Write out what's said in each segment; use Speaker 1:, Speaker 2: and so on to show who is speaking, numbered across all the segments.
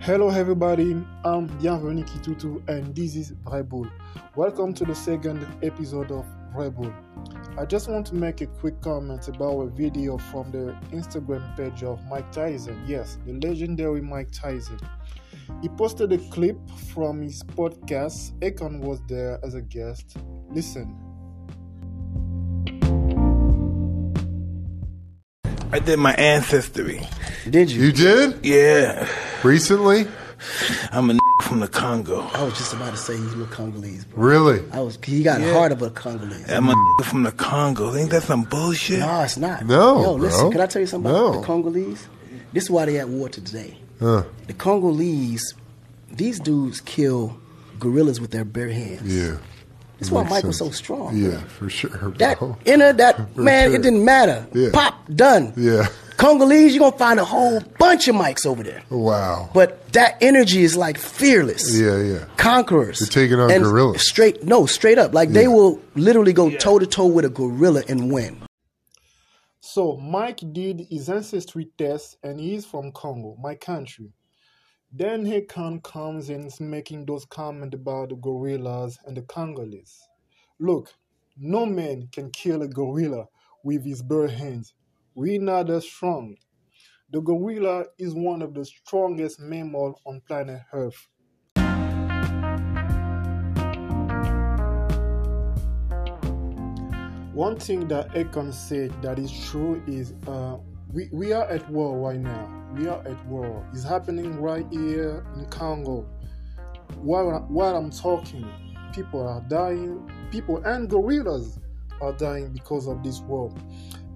Speaker 1: Hello everybody, I'm Bienvenue Kitutu and this is Rebel. Welcome to the second episode of Rebel. I just want to make a quick comment about a video from the Instagram page of Mike Tyson. Yes, the legendary Mike Tyson. He posted a clip from his podcast. Akon was there as a guest. Listen.
Speaker 2: I did my ancestry.
Speaker 3: Did you?
Speaker 4: You did?
Speaker 2: Yeah,
Speaker 4: Recently?
Speaker 2: I'm a from the Congo.
Speaker 3: I was just about to say you look Congolese, bro.
Speaker 4: Really?
Speaker 3: I was. He got the heart of a Congolese.
Speaker 2: I'm a from the Congo. Think that's some bullshit?
Speaker 3: No, it's not.
Speaker 4: No,
Speaker 3: Yo, listen.
Speaker 4: bro.
Speaker 3: Can I tell you something about
Speaker 4: No.
Speaker 3: the Congolese? This is why they at war today.
Speaker 4: Huh.
Speaker 3: The Congolese, these dudes kill gorillas with their bare hands.
Speaker 4: Yeah.
Speaker 3: That's why
Speaker 4: Makes
Speaker 3: Michael's so
Speaker 4: sense.
Speaker 3: strong.
Speaker 4: Yeah, for sure.
Speaker 3: That
Speaker 4: bro.
Speaker 3: inner, that
Speaker 4: For
Speaker 3: man,
Speaker 4: sure.
Speaker 3: it didn't matter.
Speaker 4: Yeah.
Speaker 3: Pop, done.
Speaker 4: Yeah.
Speaker 3: Congolese, you're gonna find a whole bunch of mics over there.
Speaker 4: Wow.
Speaker 3: But that energy is like fearless.
Speaker 4: Yeah, yeah.
Speaker 3: Conquerors.
Speaker 4: They're taking on
Speaker 3: And
Speaker 4: gorillas.
Speaker 3: Straight no, straight up. Like they
Speaker 4: Yeah.
Speaker 3: will literally go toe to toe with a gorilla and win.
Speaker 1: So Mike did his ancestry test and he's from Congo, my country. Then Hakan comes and is making those comments about the gorillas and the Congolese. Look, no man can kill a gorilla with his bare hands. We're not that strong. The gorilla is one of the strongest mammals on planet Earth. One thing that Akon said that is true is uh, we, we are at war right now. We are at war. It's happening right here in Congo. While, while I'm talking, people are dying. People and gorillas are dying because of this war.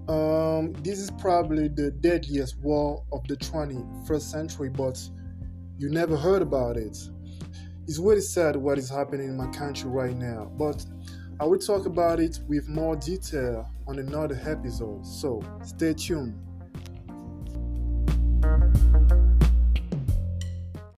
Speaker 1: Um, this is probably the deadliest war of the 21st century, but you never heard about it. It's really sad what is happening in my country right now, but I will talk about it with more detail on another episode, so stay tuned.